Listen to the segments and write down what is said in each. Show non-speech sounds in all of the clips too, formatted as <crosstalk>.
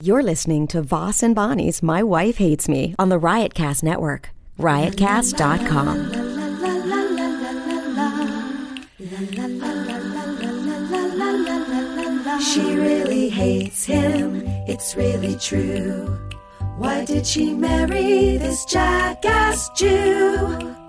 You're listening to Voss and Bonnie's My Wife Hates Me on the Riotcast Network. Riotcast.com. She really hates him, it's really true. Why did she marry this jackass Jew?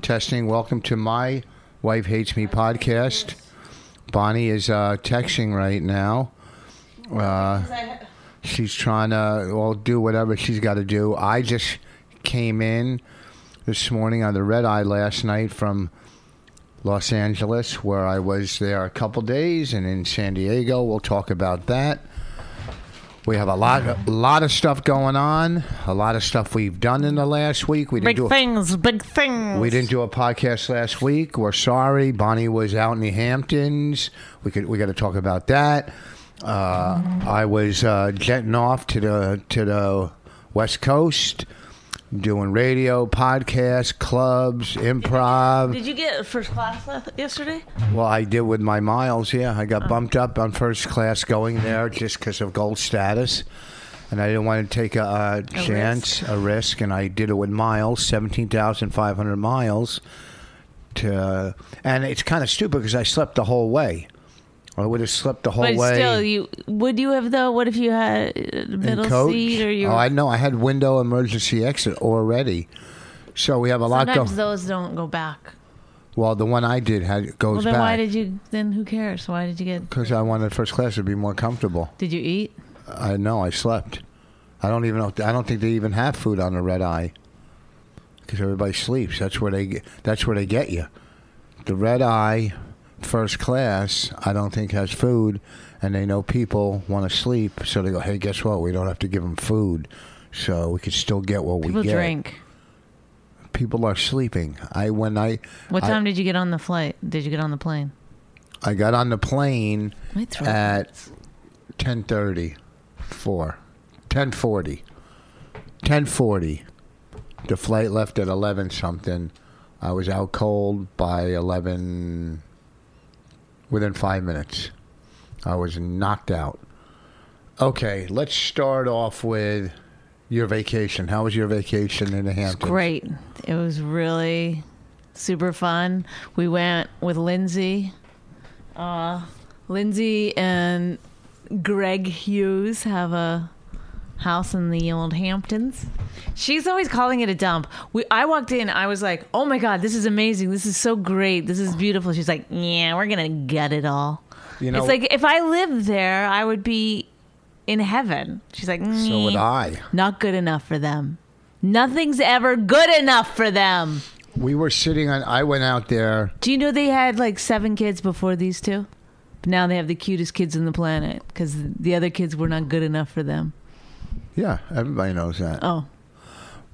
Testing. Welcome to my wife hates me podcast. Bonnie is uh, texting right now. Uh, she's trying to well do whatever she's got to do. I just came in this morning on the red eye last night from Los Angeles, where I was there a couple days, and in San Diego. We'll talk about that. We have a lot, a lot of stuff going on. A lot of stuff we've done in the last week. We didn't Big do. A, things, big things. we didn't do a podcast last week. We're sorry. Bonnie was out in the Hamptons. We could. We got to talk about that. Uh, I was uh, jetting off to the to the West Coast, doing radio, podcasts, clubs, improv. Did you get first class le- yesterday? Well, I did with my miles. Yeah, I Uh. got bumped up on first class going there just because of gold status, and I didn't want to take a, uh chance, a risk, and I did it with miles, seventeen thousand five hundred miles. To and it's kind of stupid because I slept the whole way. I would have slept the whole But way. still, you would you have though? What if you had uh, in middle coach. seat or you? oh, I know. I had window emergency exit already, so we have a lot sometimes going. those don't go back. well, the one I did had goes Well, then back why did you? Then who cares? Why did you get? because I wanted first class to be more comfortable. Did you eat? I know I slept. I don't even know. I don't think they even have food on the red eye because everybody sleeps. That's where they. get- That's where they get you. The red eye, first class. I don't think has food, and they know people want to sleep, so they go, "Hey, guess what? We don't have to give them food, so we could still get what People we get." drink. People are sleeping. I when I What I- time did you get on the flight? Did you get on the plane? I got on the plane My throat at hurts. 10.30, 4, 10.40, 10.40. The flight left at 11 something. I was out cold by 11, within five minutes. I was knocked out. Okay, let's start off with your vacation. How was your vacation in the Hamptons? Great. It was really super fun. We went with Lindsay. Uh, Lindsay and Greg Hughes have a house in the old Hamptons. She's always calling it a dump. We I walked in, I was like, "Oh my god, this is amazing. This is so great. This is beautiful." She's like, "Yeah, we're going to gut it all." You know, it's like if I lived there, I would be in heaven. She's like, "Mm, so would "Nyeh." I. Not good enough for them. Nothing's ever good enough for them. We were sitting on, I went out there. Do you know they had like seven kids before these two? But now they have the cutest kids on the planet because the other kids were not good enough for them. Yeah, everybody knows that. Oh,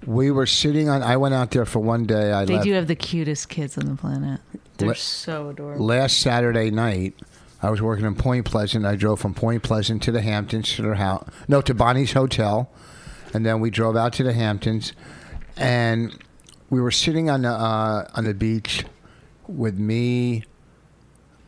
We were sitting on. I went out there for one day. I they left do have the cutest kids on the planet. They're Let- so adorable. last Saturday night. I was working in Point Pleasant. I drove from Point Pleasant to the Hamptons to their house. No, to Bonnie's hotel, and then we drove out to the Hamptons, and we were sitting on the uh, on the beach with me,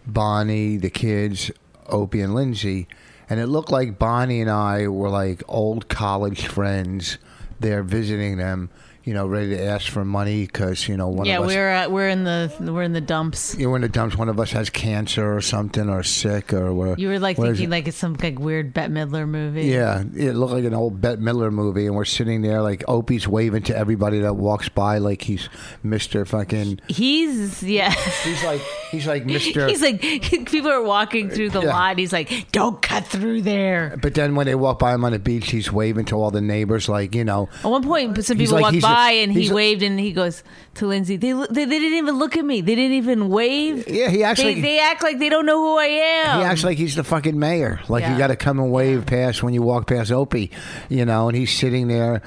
Bonnie, the kids, Opie, and Lindsay. And it looked like Bonnie and I were like old college friends there visiting them, you know, ready to ask for money because, you know, one yeah, of us. we're uh, we're in the we're in the dumps. you know, in the dumps, one of us has cancer or something or sick or whatever. You were like what is thinking it? like it's some like weird Bette Midler movie. Yeah, it looked like an old Bette Midler movie, and we're sitting there like Opie's waving to everybody that walks by, like he's Mister fucking. he's yeah. He's <laughs> like he's like Mister. He's like <laughs> people are walking through the Yeah. lot. He's like, don't cut through there. but then when they walk by him on the beach, he's waving to all the neighbors, like you know. At one point, some He's people like walked he's by and he he's a- waved and he goes to Lindsay. They, lo- they they didn't even look at me. They didn't even wave. Yeah, he acts they, like- they act like they don't know who I am. He acts like he's the fucking mayor. Like you Oh, Yeah. got to come and wave past when you walk past Opie, you know. And he's sitting there,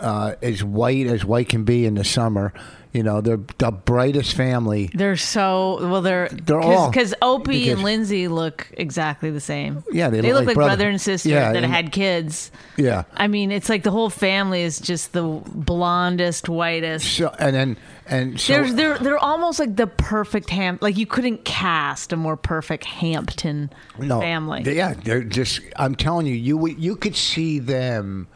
uh, as white as white can be in the summer. You know, they're the brightest family. They're so well. They're They're all- because Opie because- and Lindsay look exactly the same. Yeah, they they, look look, like like brother- brother, and sister Yeah, that and- had kids. Yeah. I mean, it's like the whole family is just the blondest, whitest. So and then and so There's they're they're almost like the perfect ham. Like you couldn't cast a more perfect Hampton family. They- Yeah, they're just. I'm telling you, you would- you could see them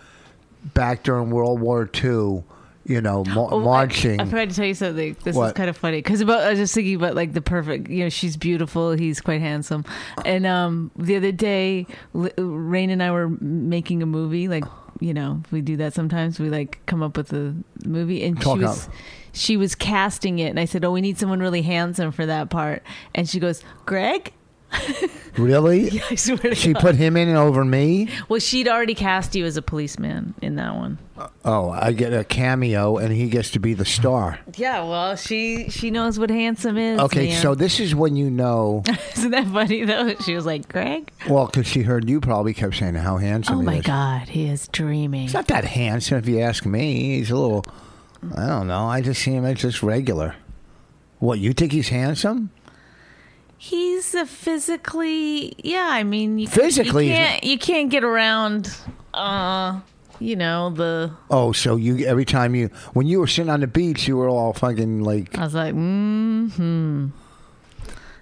back during World War II. You know, ma- Oh, I- marching. I, forgot to tell you something. This is What? kind of funny because about I was just thinking about like the perfect. You know, she's beautiful. He's quite handsome. And um, the other day, L- Rain and I were making a movie. Like you know, we do that sometimes. We like come up with a movie, and Talk she was up. she was casting it, and I said, "Oh, we need someone really handsome for that part," and she goes, "Greg." <laughs> really? I swear to She God. put him in over me. Well, she'd already cast you as a policeman in that one. Oh, I get a cameo, and he gets to be the <laughs> star. Yeah, well, she she knows what handsome is. Okay, man. so this is when you <laughs> know. Isn't that funny though? She was like, Greg? Well, because she heard you probably kept saying how handsome. Oh he my is. God, he is dreaming. He's not that handsome, if you ask me. He's a little. I don't know. I just see him as just regular. What you think he's handsome? He's a physically, yeah, I mean, you, Physically, you he's- can't, you can't get around, uh, you know, the. Oh, so you every time you when you were sitting on the beach, you were all fucking like. I was like, mm hmm.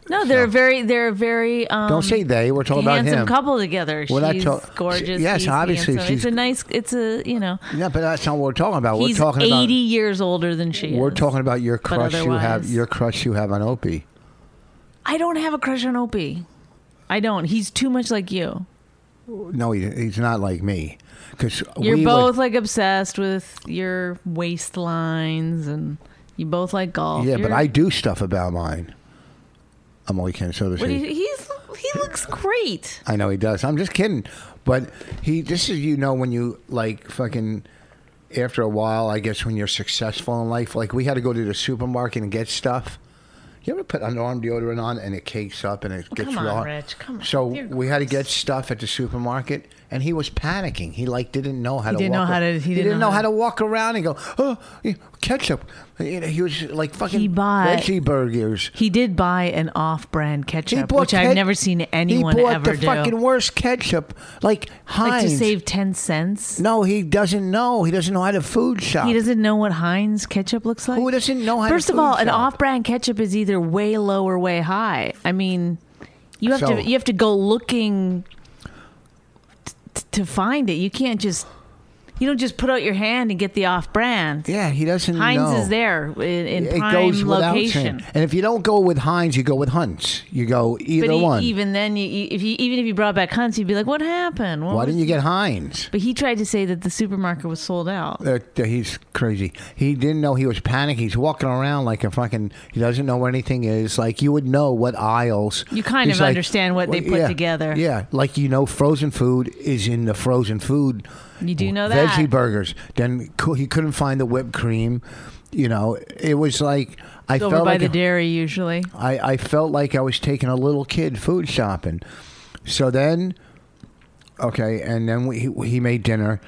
No, they're very, they're very. Um, Don't say they. We're talking about handsome him. couple together. We're not she's talk- gorgeous. Yes, he's obviously, handsome. she's- it's a nice. It's a you know. Yeah, but that's not what we're talking about. he's we're talking eighty about. years older than she We're is. talking about your crush you have. otherwise- Your crush you have on Opie. I don't have a crush on Opie. I don't. He's too much like you. No, he, he's not like me. Because You're we would- both like obsessed with your waistlines, and you both like golf. yeah, but You're- I do stuff about mine. I'm only kidding. So does What do he. you, he's he looks great. I know he does. I'm just kidding. But he, this is, you know, when you like fucking, after a while, I guess when you're successful in life, like we had to go to the supermarket and get stuff. You ever put underarm deodorant on and it cakes up and it gets come on, raw? Rich. Come on. So You're we had to get stuff at the supermarket, and he was panicking. He like didn't know how to. didn't know walk how a- to- he didn't know know how how to walk around and go. Oh, yeah, ketchup. You know, He was like fucking He bought- veggie burgers. He did buy an off-brand He ketchup, bought which I've ket- never seen anyone He bought ever the do. fucking worst ketchup, like like Heinz. to save ten cents. No, he doesn't know. He doesn't know how to food shop. He doesn't know what Heinz ketchup looks like. Who doesn't know how to First of food all, an shop? off-brand ketchup is either way low or way high. I mean, you have So- to you have to go looking t- t- to find it. You can't just you don't just put out your hand and get the off-brand. Yeah, he doesn't Heinz know. is there in, in It prime goes without location. saying. And if you don't go with Heinz, you go with Hunt's. You go either But e- one. even then, you, you- if you, even if you brought back Hunts, you'd be like, "What happened? What Why was-" didn't you get Heinz? But he tried to say that the supermarket was sold out. Uh, uh, he's crazy. He didn't know he was panicking. He's walking around like a fucking. He doesn't know where anything is. Like you would know what aisles. You kind He's of understand what they put yeah, together. Yeah, like you know, frozen food is in the frozen food. You do know that. veggie burgers. Then cou- he couldn't find the whipped cream. You know, it was like I It's over felt by like the a- dairy usually. I, I felt like I was taking a little kid food shopping. So then, okay, and then we, he, he made dinner.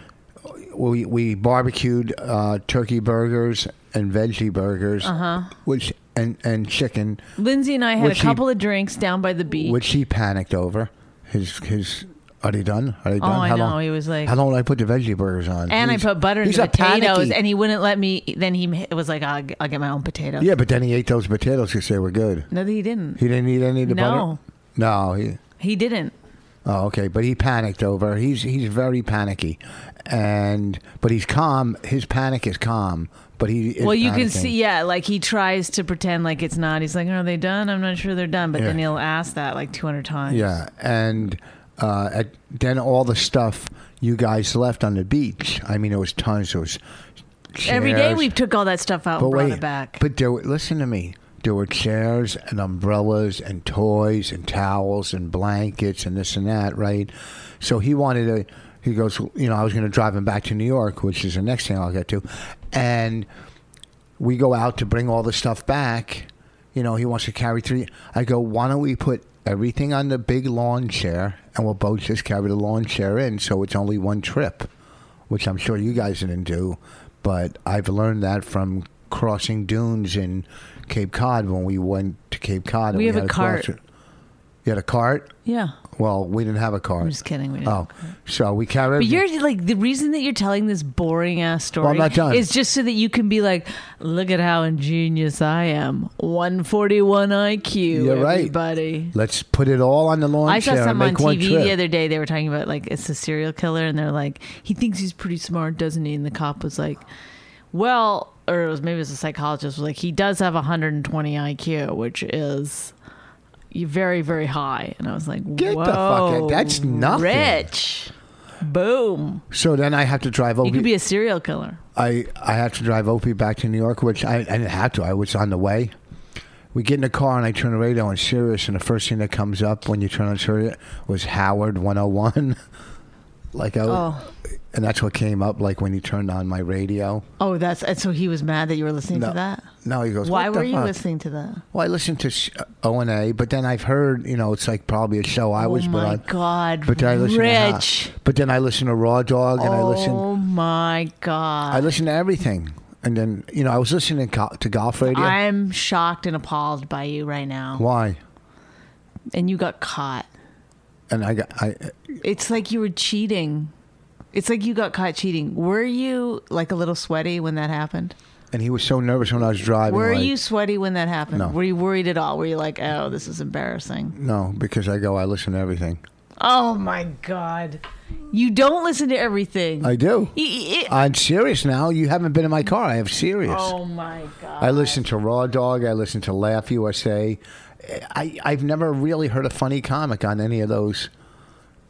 We, we barbecued uh, turkey burgers and veggie burgers, Uh-huh. which and and chicken, Lindsay and I had Which a he- couple of drinks down by the beach. which he panicked over. His his are they done? Are they Oh, done? I how know. long? He was like- how long did I put the veggie burgers on? and I He's- put butter in he's the a panicky- potatoes, and he wouldn't let me. Then he ma- was like, "I'll, I'll get my own potatoes." yeah, but then he ate those potatoes because they were good. No, he didn't. He didn't eat any of the No. butter. No, he, He didn't. Oh, okay. But he panicked over. He's he's very panicky, and but he's calm. His panic is calm, but he. Is Well, you can panicking. see, yeah, like he tries to pretend like it's not. He's like, "Are they done? I'm not sure they're done." But Yeah. then he'll ask that like 200 times. Yeah, and uh, at, then all the stuff you guys left on the beach. I mean, it was tons. It was chairs, Every day we took all that stuff out but and brought wait, it back. But there, were- listen to me. There were chairs and umbrellas and toys and towels and blankets and this and that, right? So he wanted to. He goes, you know, I was going to drive him back to New York, which is the next thing I'll get to. And we go out to bring all the stuff back. You know, he wants to carry three. I go, why don't we put everything on the big lawn chair and we'll both just carry the lawn chair in so it's only one trip, which I'm sure you guys didn't do. But I've learned that from crossing dunes in Cape Cod when we went to Cape Cod. and We have a had to cart. cross it. You had a cart? Yeah. Well, we didn't have a cart. I'm just kidding. We didn't Oh, so we carried. But you're like the reason that you're telling this boring ass story Well, I'm not done. is just so that you can be like, look at how ingenious I am. 141 IQ. You're right. everybody. Let's put it all on the lawn I chair saw and some on make one TV trip. the other day. They were talking about like it's a serial killer, and they're like, he thinks he's pretty smart, doesn't he? And the cop was like, well, or it was maybe it was a psychologist was like, he does have 120 IQ, which is very very high. And I was like, Get the fuck out- "Whoa, that's nothing." Rich, boom. so then I have to drive You Opie. could be a serial killer. I I have to drive Opie back to New York, which I, I didn't have to. I was on the way. We get in the car and I turn the radio on Sirius, and the first thing that comes up when you turn on Sirius was Howard 101. <laughs> like I, Oh. and that's what came up. Like when you turned on my radio. Oh, that's and so he was mad that you were listening No, to that. no, he goes. Why "What the were you fuck?" listening to that? Well, I listened to sh- uh, O and A, but then I've heard, you know, it's like probably a show I was oh put my on. god, But then I listen Rich. to Ha- But then I listen to Raw Dog, and I listen, Oh my I god. listen to everything. And then you know, I was listening co- to golf radio. I'm shocked and appalled by you right now. Why? And you got caught. And I got I. It's like you were cheating. It's like you got caught cheating. Were you like a little sweaty when that happened? And he was so nervous when I was driving. Were like, you sweaty when that happened? No. Were you worried at all? Were you like, "Oh, this is embarrassing." No, because I go. I listen to everything. Oh my god. You don't listen to everything. E- I do. I- I- I'm serious now. You haven't been in my car. I have serious. oh my god. I listen to Raw Dog. I listen to Laugh USA. I I've never really heard a funny comic on any of those.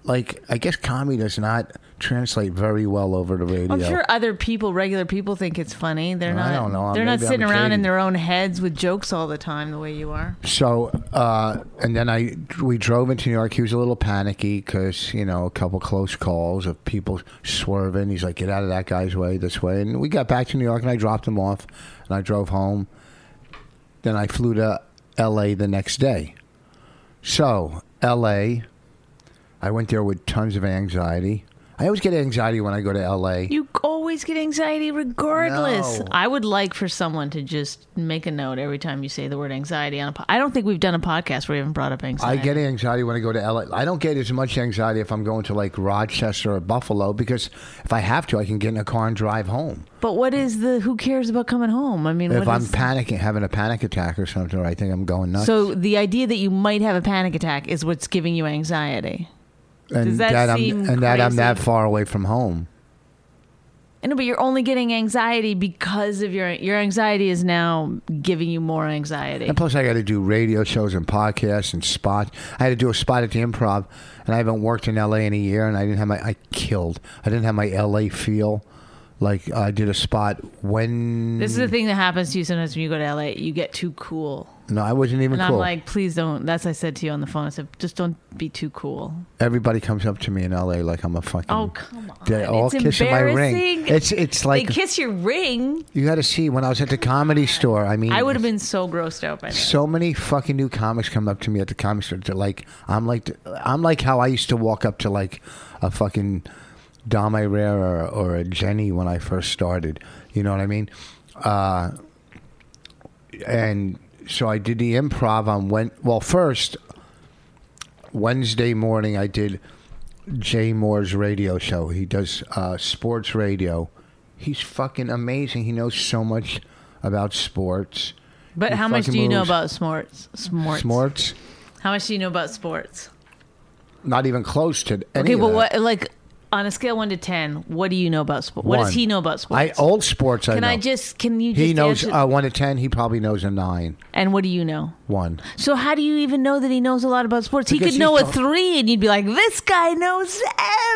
Like I guess comedy does not translate very well over the radio. I'm sure other people, regular people, think it's funny. They're I not. don't know. They're not Maybe I'm sitting around in jaded. their own heads with jokes all the time the way you are. So uh, and then I we drove into New York. He was a little panicky because you know a couple close calls of people swerving. He's like, "Get out of that guy's way, this way." And we got back to New York, and I dropped him off, and I drove home. Then I flew to L.A. the next day. So L.A. I went there with tons of anxiety. I always get anxiety when I go to L.A. You always get anxiety regardless. No. I would like for someone to just make a note every time you say the word anxiety on a po- I don't think we've done a podcast where we haven't brought up I anxiety. get anxiety when I go to LA. I don't get as much anxiety if I'm going to like Rochester or Buffalo because if I have to, I can get in a car and drive home. But what is the who cares about coming home? I mean, if what I'm is- panicking, having a panic attack or something, or I think I'm going nuts. so the idea that you might have a panic attack is what's giving you anxiety. and does that I'm, seem And that I'm crazy? that far away from home. No, but you're only getting anxiety because of your your anxiety is now giving you more anxiety. And plus, I got to do radio shows and podcasts and spots. I had to do a spot at the Improv, and I haven't worked in LA in a year, and I didn't have my. I killed. I didn't have my LA feel. Like I did a spot when This is the thing that happens to you sometimes when you go to LA. You get too cool, no, I wasn't even and cool. I'm like, please don't. That's what I said to you on the phone. I said, just don't be too cool. Everybody comes up to me in LA like I'm a fucking. Oh come on! They all it's kiss in my ring. embarrassing. It's it's like they kiss your ring. you got to see when I was at the comedy store. I mean, I would have been so grossed out by that. So many fucking new comics come up to me at the comedy store. They're like, I'm like, I'm like how I used to walk up to like a fucking Dom Irera or, or a Jenny when I first started. You know what I mean? Uh, and so I did the improv on when. Well, first Wednesday morning, I did Jay Moore's radio show. He does uh, sports radio. He's fucking amazing. He knows so much about sports. But He how much fucking do you know moves. about sports? Sports. Smorts? How much do you know about sports? Not even close to any Okay, of well, that. what like on a scale of one to ten, what do you know about sports? What One. does he know about I sports? old sports. I can know. I just can you just He knows answer- uh, one to ten. He probably knows a nine. and what do you know? One. So how do you even know that he knows a lot about sports? He Because could know he's a not- three, and you'd be like, "This guy knows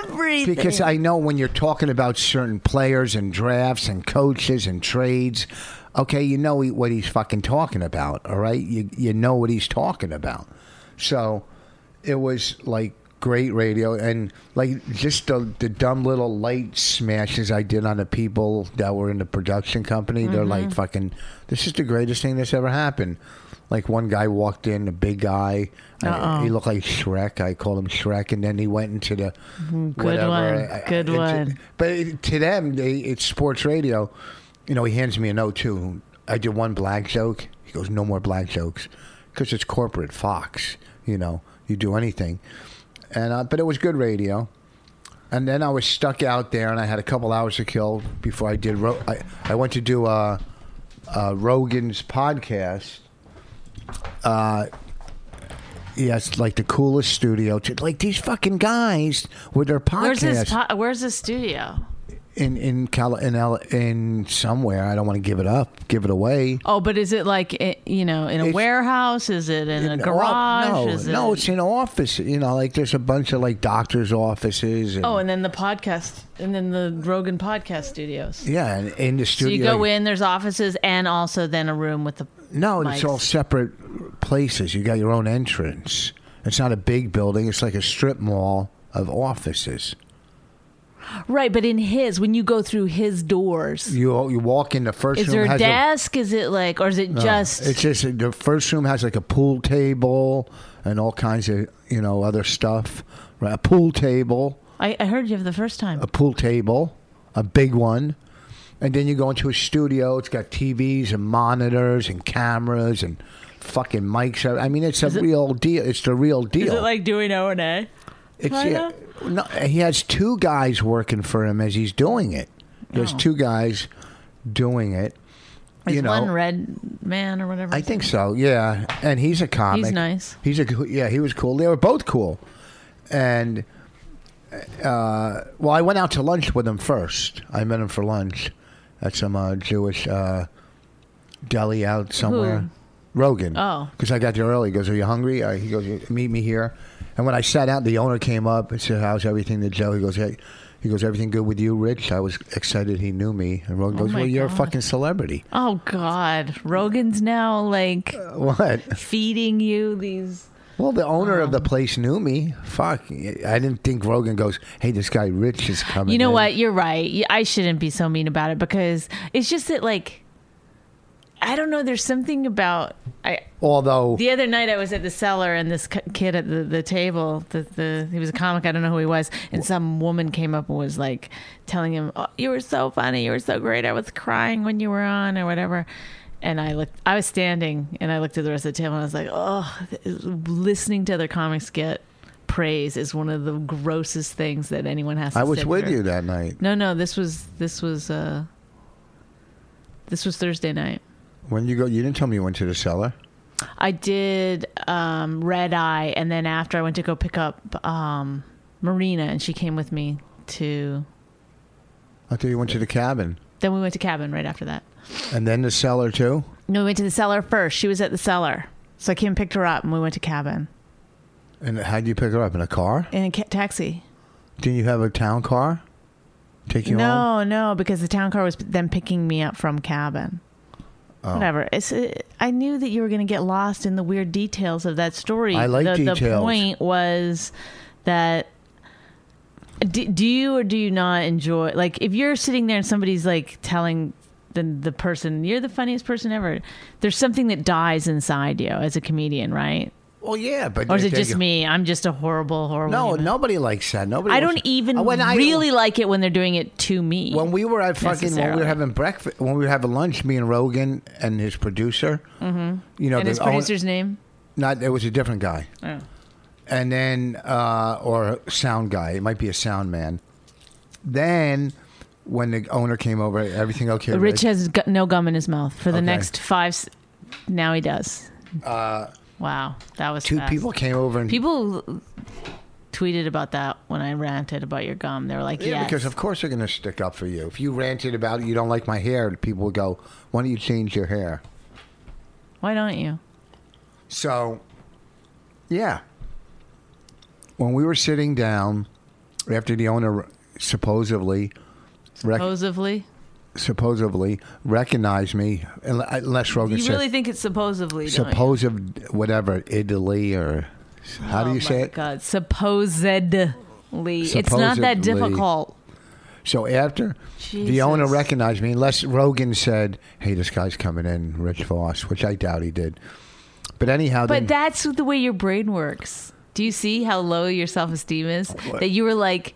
everything." Because I know when you're talking about certain players and drafts and coaches and trades, okay, you know he, what he's fucking talking about. All right, you you know what he's talking about. So it was like great radio and like just the, the dumb little light smashes I did on the people that were in the production company. They're like fucking. This is the greatest thing that's ever happened. Like one guy walked in, a big guy. I, Uh-oh. he looked like Shrek. I called him Shrek, and then he went into the Good whatever. one. I- I- Good it's- one. But it, to them, they, it's sports radio. You know, he hands me a note too. I did one black joke. He goes, "No more black jokes," because it's corporate Fox. You know, you do anything. And uh, but it was good radio. And then I was stuck out there, and I had a couple hours to kill before I did. Ro- I I went to do uh, uh, Rogan's podcast. uh, Yeah, it's like the coolest studio. To, like these fucking guys with their podcast. Where's his po- Where's his studio? in in Cal in L- in somewhere. I don't want to give it up, give it away. Oh, but is it like i- you know in a It's- warehouse? Is it in, a In- garage? No, is it, no, it's in office. You know, like there's a bunch of like doctors' offices. And, oh, and then the podcast, and then the Rogan podcast studios. yeah, and in the So studio. you go in. There's offices, and also then a room with the. No, it's mics. all separate places. You got your own entrance. It's not a big building. It's like a strip mall of offices. Right, but in his, when you go through his doors, You you walk in the first is room. there a has desk? is it like, or is it just? It's just the first room has like a pool table and all kinds of you know other stuff. Right, a pool table. I, I heard you the first time. a pool table, a big one, and then you go into a studio. It's got TVs and monitors and cameras and fucking mics. I mean, it's a real deal. It's the real deal. Is it like doing O and A? it's, kinda? no, he has two guys working for him as he's doing it. There's two guys doing it. Oh. Is you know, one red man or whatever? I think so. Yeah, and he's a comic. He's nice. He's a coo- yeah. He was cool. They were both cool, and uh, well, I went out to lunch with him first. I met him for lunch at some uh, Jewish uh, deli out somewhere. Rogan. Oh. because I got there early. He goes, "Are you hungry?" Uh, he goes, "You- "Meet me here." And when I sat out, the owner came up and said, "How's everything to Joe?" He goes, "Hey." He goes, everything good with you, Rich? I was excited he knew me. And Rogan Oh goes, my well, you're a God. fucking celebrity. <laughs> Oh God, Rogan's now like What? feeding you these. Well, the owner of the Um, place knew me. Fuck, I didn't think Rogan goes. Hey, this guy Rich is coming. You know in." what? You're right. Y- I shouldn't be so mean about it because it's just that like I don't know. There's something about I. Although The other night I was at the cellar and this c- kid at the, the table, the, the he was a comic. I don't know who he was, and some woman came up and was like telling him, oh, "You were so funny. You were so great. I was crying when you were on or whatever." And I looked. I was standing and I looked at the rest of the table and I was like, "Oh, th- listening to other comics get." Praise is one of the grossest things that anyone has. to I was sit with through. you that night No, no, this was this was uh this was Thursday night. when you go. You didn't tell me you went to the cellar. I did um Red Eye and then after I went to go pick up um Marina and she came with me to I thought you went to the cabin then we went to cabin right after that. and then the cellar too. No, we went to the cellar first. She was at the cellar. So I came and picked her up and we went to cabin And how'd you pick her up in a car? in a ca- taxi. Didn't you have a town car? Take you home. no, no, because the town car was then picking me up from cabin. Oh. Whatever. It's. It, I knew that you were going to get lost in the weird details of that story. I like the, The details. point was that. Do, do you or do you not enjoy? Like, if you're sitting there and somebody's like telling the the person you're the funniest person ever, there's something that dies inside you as a comedian, right? Well, yeah, but Or is it they- just me? I'm just a horrible, horrible. No, human. nobody likes that. Nobody. I wants- don't even When I- really like it when they're doing it to me. When we were at fucking when we necessarily. were having breakfast when we were having lunch, me and Rogan and his producer. Mm-hmm. You know and the his own- producer's name. Not it was a different guy. And then uh, or sound guy. It might be a sound man. Then when the owner came over, everything okay. Rich has gu- no gum in his mouth for the Okay. next five. s- Now he does. wow, that was Uh, two fast. people came over and People tweeted about that when I ranted about your gum. They were like, yeah, yes. because of course they're going to stick up for you. If you ranted about it, you don't like my hair, people would go, "Why don't you change your hair?" Why don't you?" So, yeah. When we were sitting down after the owner supposedly rec- Supposedly, supposedly recognized me, unle- unless Rogan you said really think it's supposedly? don't you? supposed whatever Italy or How do you say it? Oh God, supposedly. It's not Supposedly. that difficult. So after the owner recognized me, unless Rogan said, "Hey, this guy's coming in, Rich Voss," which I doubt he did. But anyhow, then, But that's the way your brain works. Do you see how low your self esteem is? That you were like,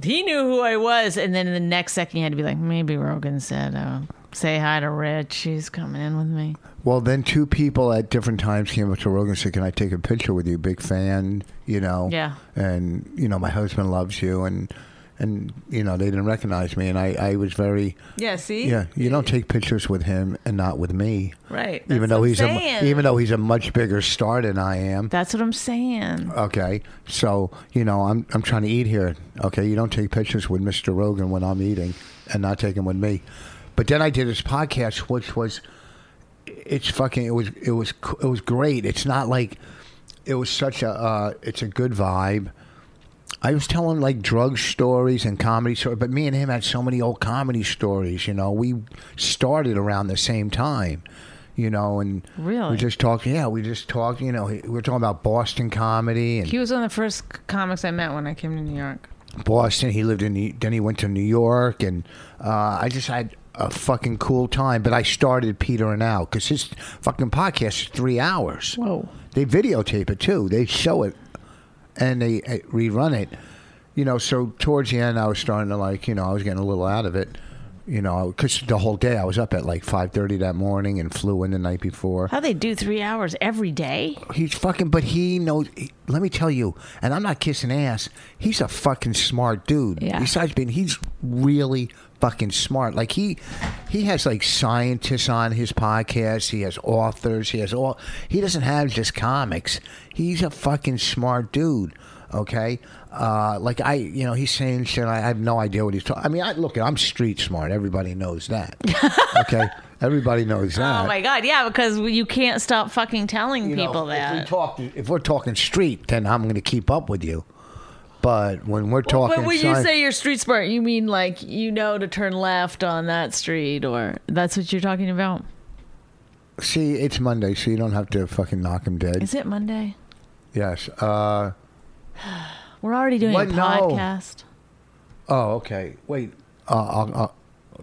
he knew who I was. And then the next second you had to be like, maybe Rogan said, uh, say hi to Rich. He's coming in with me. well, then two people at different times came up to Rogan and said, "Can I take a picture with you? Big fan, you know." Yeah. And you know, my husband loves you, and and you know, they didn't recognize me, and I I was very Yeah, see? yeah. You don't take pictures with him and not with me, Right. even though he's a even though he's a much bigger star than I am. That's what I'm saying. Okay, so you know I'm I'm trying to eat here. Okay, you don't take pictures with Mr. Rogan when I'm eating, and not take them with me. But then I did this podcast, which was it's fucking it was it was c- it was great. It's not like it was such a uh, it's a good vibe. I was telling like drug stories and comedy stories, but me and him had so many old comedy stories. You know, we started around the same time. You know, and Really? we just talked. Yeah, we just talked. You know, we were talking about Boston comedy and He was one of the first c- comics I met when I came to New York. Boston. He lived in New- then he went to New York, and uh, I just had a fucking cool time. But I started petering out because his fucking podcast is three hours. Whoa. They videotape it too. They show it and they uh, rerun it. You know, so towards the end, I was starting to like, you know, I was getting a little out of it. You know, because the whole day I was up at like five thirty that morning and flew in the night before. How they do three hours every day? He's fucking, but he knows. he- let me tell you, and I'm not kissing ass. He's a fucking smart dude. Yeah. Besides being, he's really fucking smart. Like he, he has like scientists on his podcast. He has authors. He has all. He doesn't have just comics. He's a fucking smart dude. Okay, uh, like I, you know, he's saying shit. I, I have no idea what he's talking. I mean, I look, I'm street smart. Everybody knows <laughs> that. okay, everybody knows that Oh my god, yeah, because you can't stop fucking telling Uh, you know, people If, we that. talk, if we're talking street, then I'm going to keep up with you. But when we're talking, But when you sci- say you're street smart, you mean like you know to turn left on that street, or that's what you're talking about. see, it's Monday, so you don't have to fucking knock him dead. Is it Monday? yes. Uh, We're already doing What? a No. podcast. oh, okay. Wait. Uh, I'll, I'll,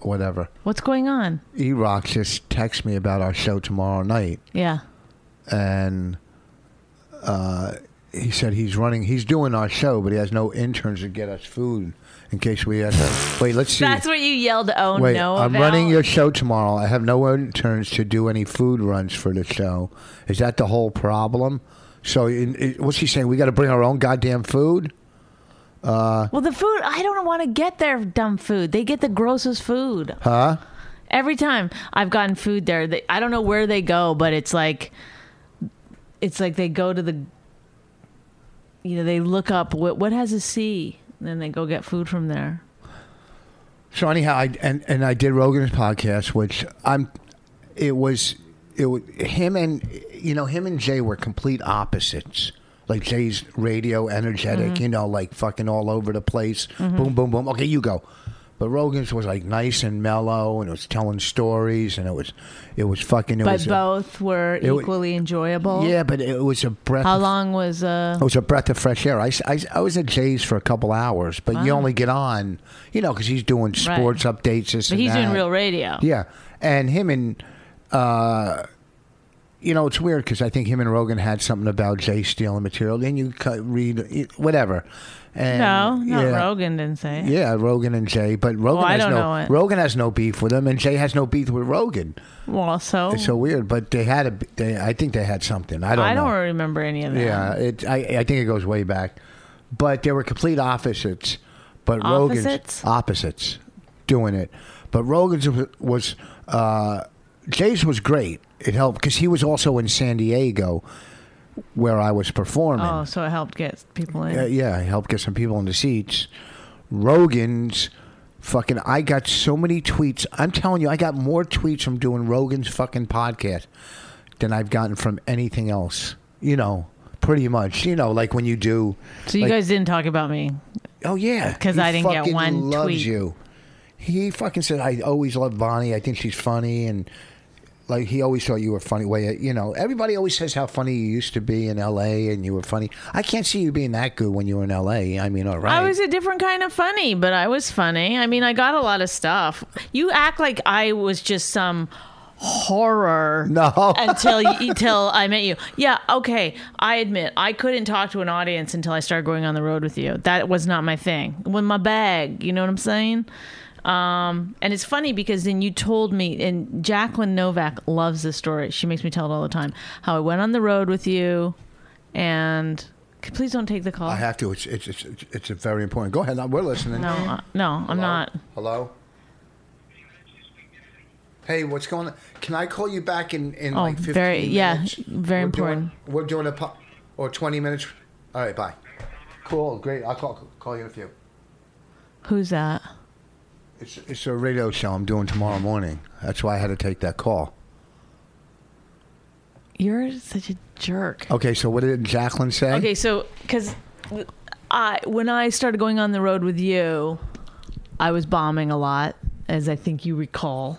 whatever. What's going on? E Rock just texted me about our show tomorrow night, Yeah. and uh, he said he's running. He's doing our show, but he has no interns to get us food in case we have. To, wait, let's see. That's what you yelled, oh Wait, no. I'm about. running your show tomorrow. I have no interns to do any food runs for the show. Is that the whole problem? So, in, in- what's he saying? We got to bring our own goddamn food. Well, the food, I don't want to get their dumb food. They get the grossest food. Huh? Every time I've gotten food there, they, I don't know where they go, but it's like, it's like they go to the, you know, they look up what, what has a C, and then they go get food from there. So anyhow, I and, and I did Rogan's podcast, which I'm. It was it was him and you know him and Jay were complete opposites. Like Jay's radio energetic, Mm-hmm. you know, like fucking all over the place. Boom, boom, boom. Okay, you go. But Rogan's was like nice and mellow, and it was telling stories, and it was, it was fucking. It But was a- both were wa- equally enjoyable. Yeah, but it was a breath. How of, long was, uh, It was a breath of fresh air. I, s- I s- I was at Jay's for a couple hours, but Ah. you only get on, you know, because he's doing sports updates. This but and he's doing that. real radio. Yeah, and him and, uh, you know, it's weird because I think him and Rogan had something about Jay stealing material. Then you cut, read whatever. And, No, not yeah. Rogan didn't say. it. Yeah, Rogan and Jay, but Rogan I has don't no know it. Rogan has no beef with him, and Jay has no beef with Rogan. Well, so, It's so weird, but they had a. They, I think they had something. I don't. Oh. I don't know. remember any of that. Yeah, it, I, I think it goes way back. But they were complete opposites. But Opposites? Rogan's opposites doing it. But Rogan's was, was uh, Jay's was great. It helped because he was also in San Diego where I was performing. Oh, so it helped get people in. Yeah, Uh, yeah, it helped get some people in the seats. Rogan's fucking I got so many tweets. I'm telling you, I got more tweets from doing Rogan's fucking podcast than I've gotten from anything else. You know, pretty much. You know, like when you do So you like- guys didn't talk about me. Oh yeah, 'Cause He I didn't get fucking one Loves tweet. you. He fucking said, "I always love Bonnie. I think she's funny, and like he always thought you were funny. Way you know, everybody always says how funny you used to be in L.A. and you were funny. I can't see you being that good when you were in L.A. I mean, all right. I was a different kind of funny, but I was funny. I mean, I got a lot of stuff. You act like I was just some horror <laughs> no. until you, until I met you. Yeah, okay. I admit I couldn't talk to an audience until I started going on the road with you. That was not my thing. With my bag, you know what I'm saying? Um, and it's funny because then you told me, and Jacqueline Novak loves this story. She makes me tell it all the time. How I went on the road with you, and please don't take the call. I have to. It's it's it's, it's a very important. Go ahead. We're listening. no, uh, no, I'm not. Hello. Hey, what's going on? Can I call you back in in Oh, like fifteen very- yeah, minutes? very We're important. Doing, we're doing a po- or twenty minutes. All right, bye. Cool, great. I'll call call you in a few. Who's that? It's it's a radio show I'm doing tomorrow morning. That's why I had to take that call. You're such a jerk. Okay, so what did Jacqueline say? Okay, so because I when I started going on the road with you, I was bombing a lot, as I think you recall.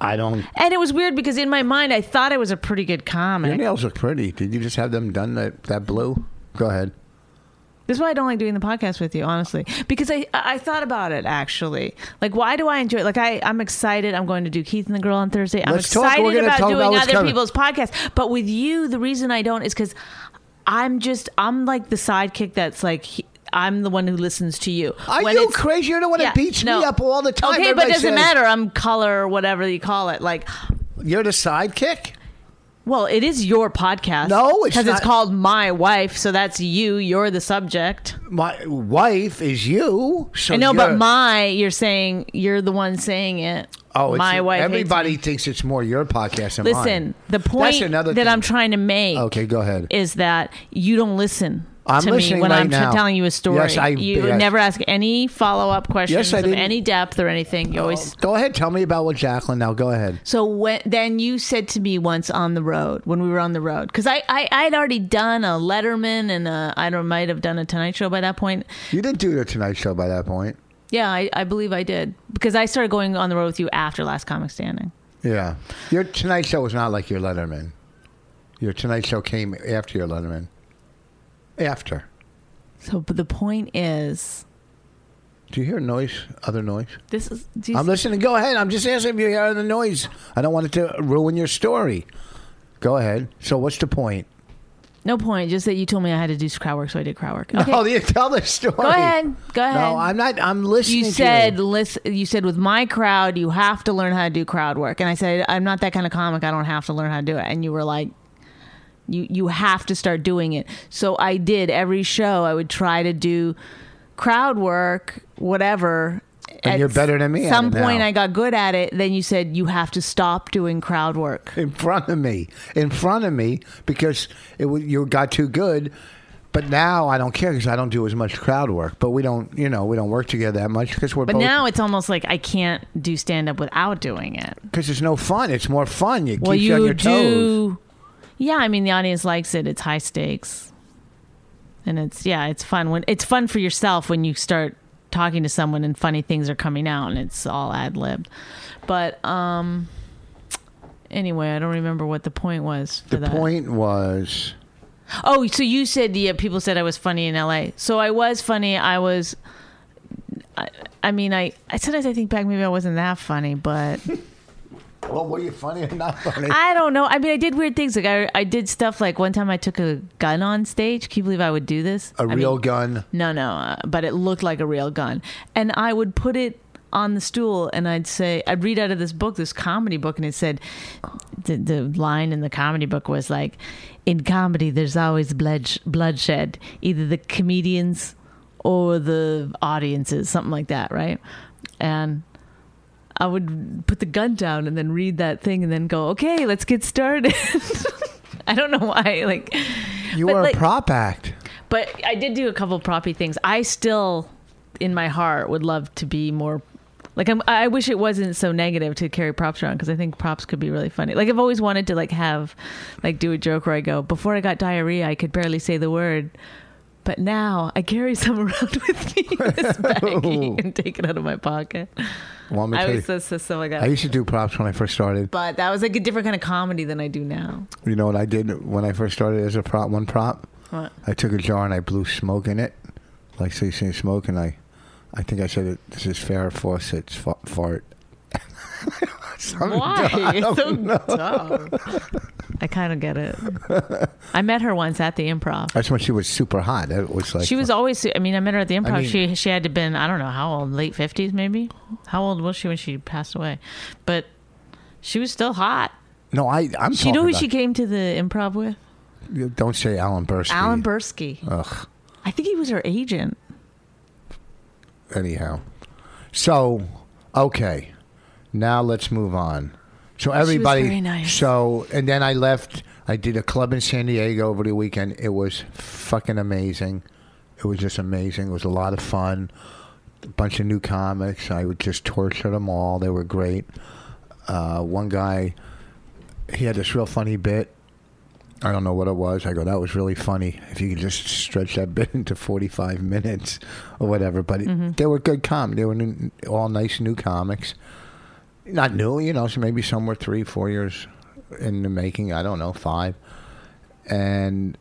I don't. And it was weird because in my mind I thought I was a pretty good Your comic. nails look pretty. Did you just have them done that that blue? Go ahead. This is why I don't like doing the podcast with you, honestly, because I I thought about it actually. Like, why do I enjoy? It? Like, I I'm excited. I'm going to do Keith and the Girl on Thursday. I'm Let's talk. We're excited gonna about talk doing about what's other coming. people's podcasts. But with you, the reason I don't is because I'm just I'm like the sidekick that's like. he- I'm the one who listens to you. Are When you it's- crazy? You're the one that Yeah, beats no. me up all the time. Okay, but Everybody doesn't says, matter. I'm color, whatever you call it. Like, You're the sidekick. well, it is your podcast. No, it's because not. it's called My Wife, so that's you. You're the subject. My wife is you. So I know, but you're- my, you're saying you're the one saying it. Oh, it's, my wife. hates Everybody me. thinks it's more your podcast than Listen, mine. the point that another thing. I'm trying to make. Okay, go ahead. Is that you don't listen. I'm to listening me when right I'm t- now. telling you a story, Yes, I- you yes. never ask any follow up questions I of didn't- any depth or anything. You always Go ahead. Tell me about what Jacqueline. Now go ahead. So when then you said to me once on the road when we were on the road because I, I I'd already done a Letterman and a, I don't might have done a Tonight Show by that point. You didn't do the Tonight Show by that point. Yeah, I, I believe I did because I started going on the road with you after Last Comic Standing. Yeah, your Tonight Show was not like your Letterman. Your Tonight Show came after your Letterman. After. So but the point is Do you hear noise? Other noise? this is do you I'm see- listening. Go ahead. I'm just asking if you hear other noise. I don't want it to ruin your story. Go ahead. So what's the point? no point just that you told me I had to do crowd work so I did crowd work. Okay, <laughs> Oh, you tell the story. go ahead, go ahead. No, I'm not. I'm listening. you to said listen you said with my crowd you have to learn how to do crowd work and i said i'm not that kind of comic i don't have to learn how to do it and you were like you you have to start doing it so i did every show i would try to do crowd work whatever And you're better than me at some it now. point i got good at it then you said you have to stop doing crowd work in front of me, in front of me, because it wa- you got too good. But now I don't care because I don't do as much crowd work. But we don't, you know, we don't work together that much because we're but both now it's almost like i can't do stand up without doing it because it's no fun. It's more fun. It well keeps you, you on your toes. do yeah i mean the audience likes it it's high stakes and it's yeah it's fun when it's fun for yourself when you start talking to someone and funny things are coming out and it's all ad-libbed but um anyway i don't remember what the point was for The that point was, oh so you said yeah people said i was funny in la so i was funny i was I, I mean, I, I sometimes I think back, maybe I wasn't that funny, but well, were you funny or not <laughs> funny? I don't know. I mean, I did weird things. Like I, I did stuff like one time I took a gun on stage. Can you believe I would do this? A I mean, real gun. No, no, uh, but it looked like a real gun, and I would put it on the stool, and I'd say I'd read out of this book, this comedy book, and it said the the line in the comedy book was like, "In comedy, there's always bloodshed, bloodshed, either the comedians or the audiences, something like that, right?" And I would put the gun down and then read that thing and then go, okay, let's get started. <laughs> I don't know why. Like, You but were like- a prop act. but I did do a couple proppy things. I still, in my heart, would love to be more. Like I'm, I wish it wasn't so negative to carry props around because I think props could be really funny. Like I've always wanted to like have, like do a joke where I go before I got diarrhea I could barely say the word, But now I carry some <laughs> around with me, in <laughs> this baggie, and take it out of my pocket. Want Oh. me to I tell was you- that's just something like I that. used to do props when I first started. oh but that was like a different kind of comedy than I do now. You know what I did when I first started as a prop? One prop. What? I took a jar and I blew smoke in it, like so you see smoke, and I, I think I said it. This is Farrah Fawcett's fa- fart. <laughs> Something dumb. Oh, <laughs> I Why? It's so don't know. dumb. I kind of get it. I met her once at the improv. That's when she was super hot. It was like She was always. su- I mean, I met her at the improv. mean- she she had to been. I don't know how old. Late fifties, maybe. How old was she when she passed away? But she was still hot. no. I I'm Do you know who talking she came to the improv with? about- Don't say Alan Burstyn. Alan Bursky. Ugh. I think he was her agent. Anyhow, so okay, now let's move on. So everybody. very nice. So and then I left. I did a club in San Diego over the weekend. It was fucking amazing. It was just amazing. It was a lot of fun. A bunch of new comics. I would just torture them all. They were great. Uh, one guy, he had this real funny bit. I don't know what it was. I go, that was really funny. If you could just stretch that <laughs> bit into 45 minutes or whatever. But it, they were good comics. They were new, all nice new comics. Not new, you know, so maybe some were three, four years in the making. I don't know, five. And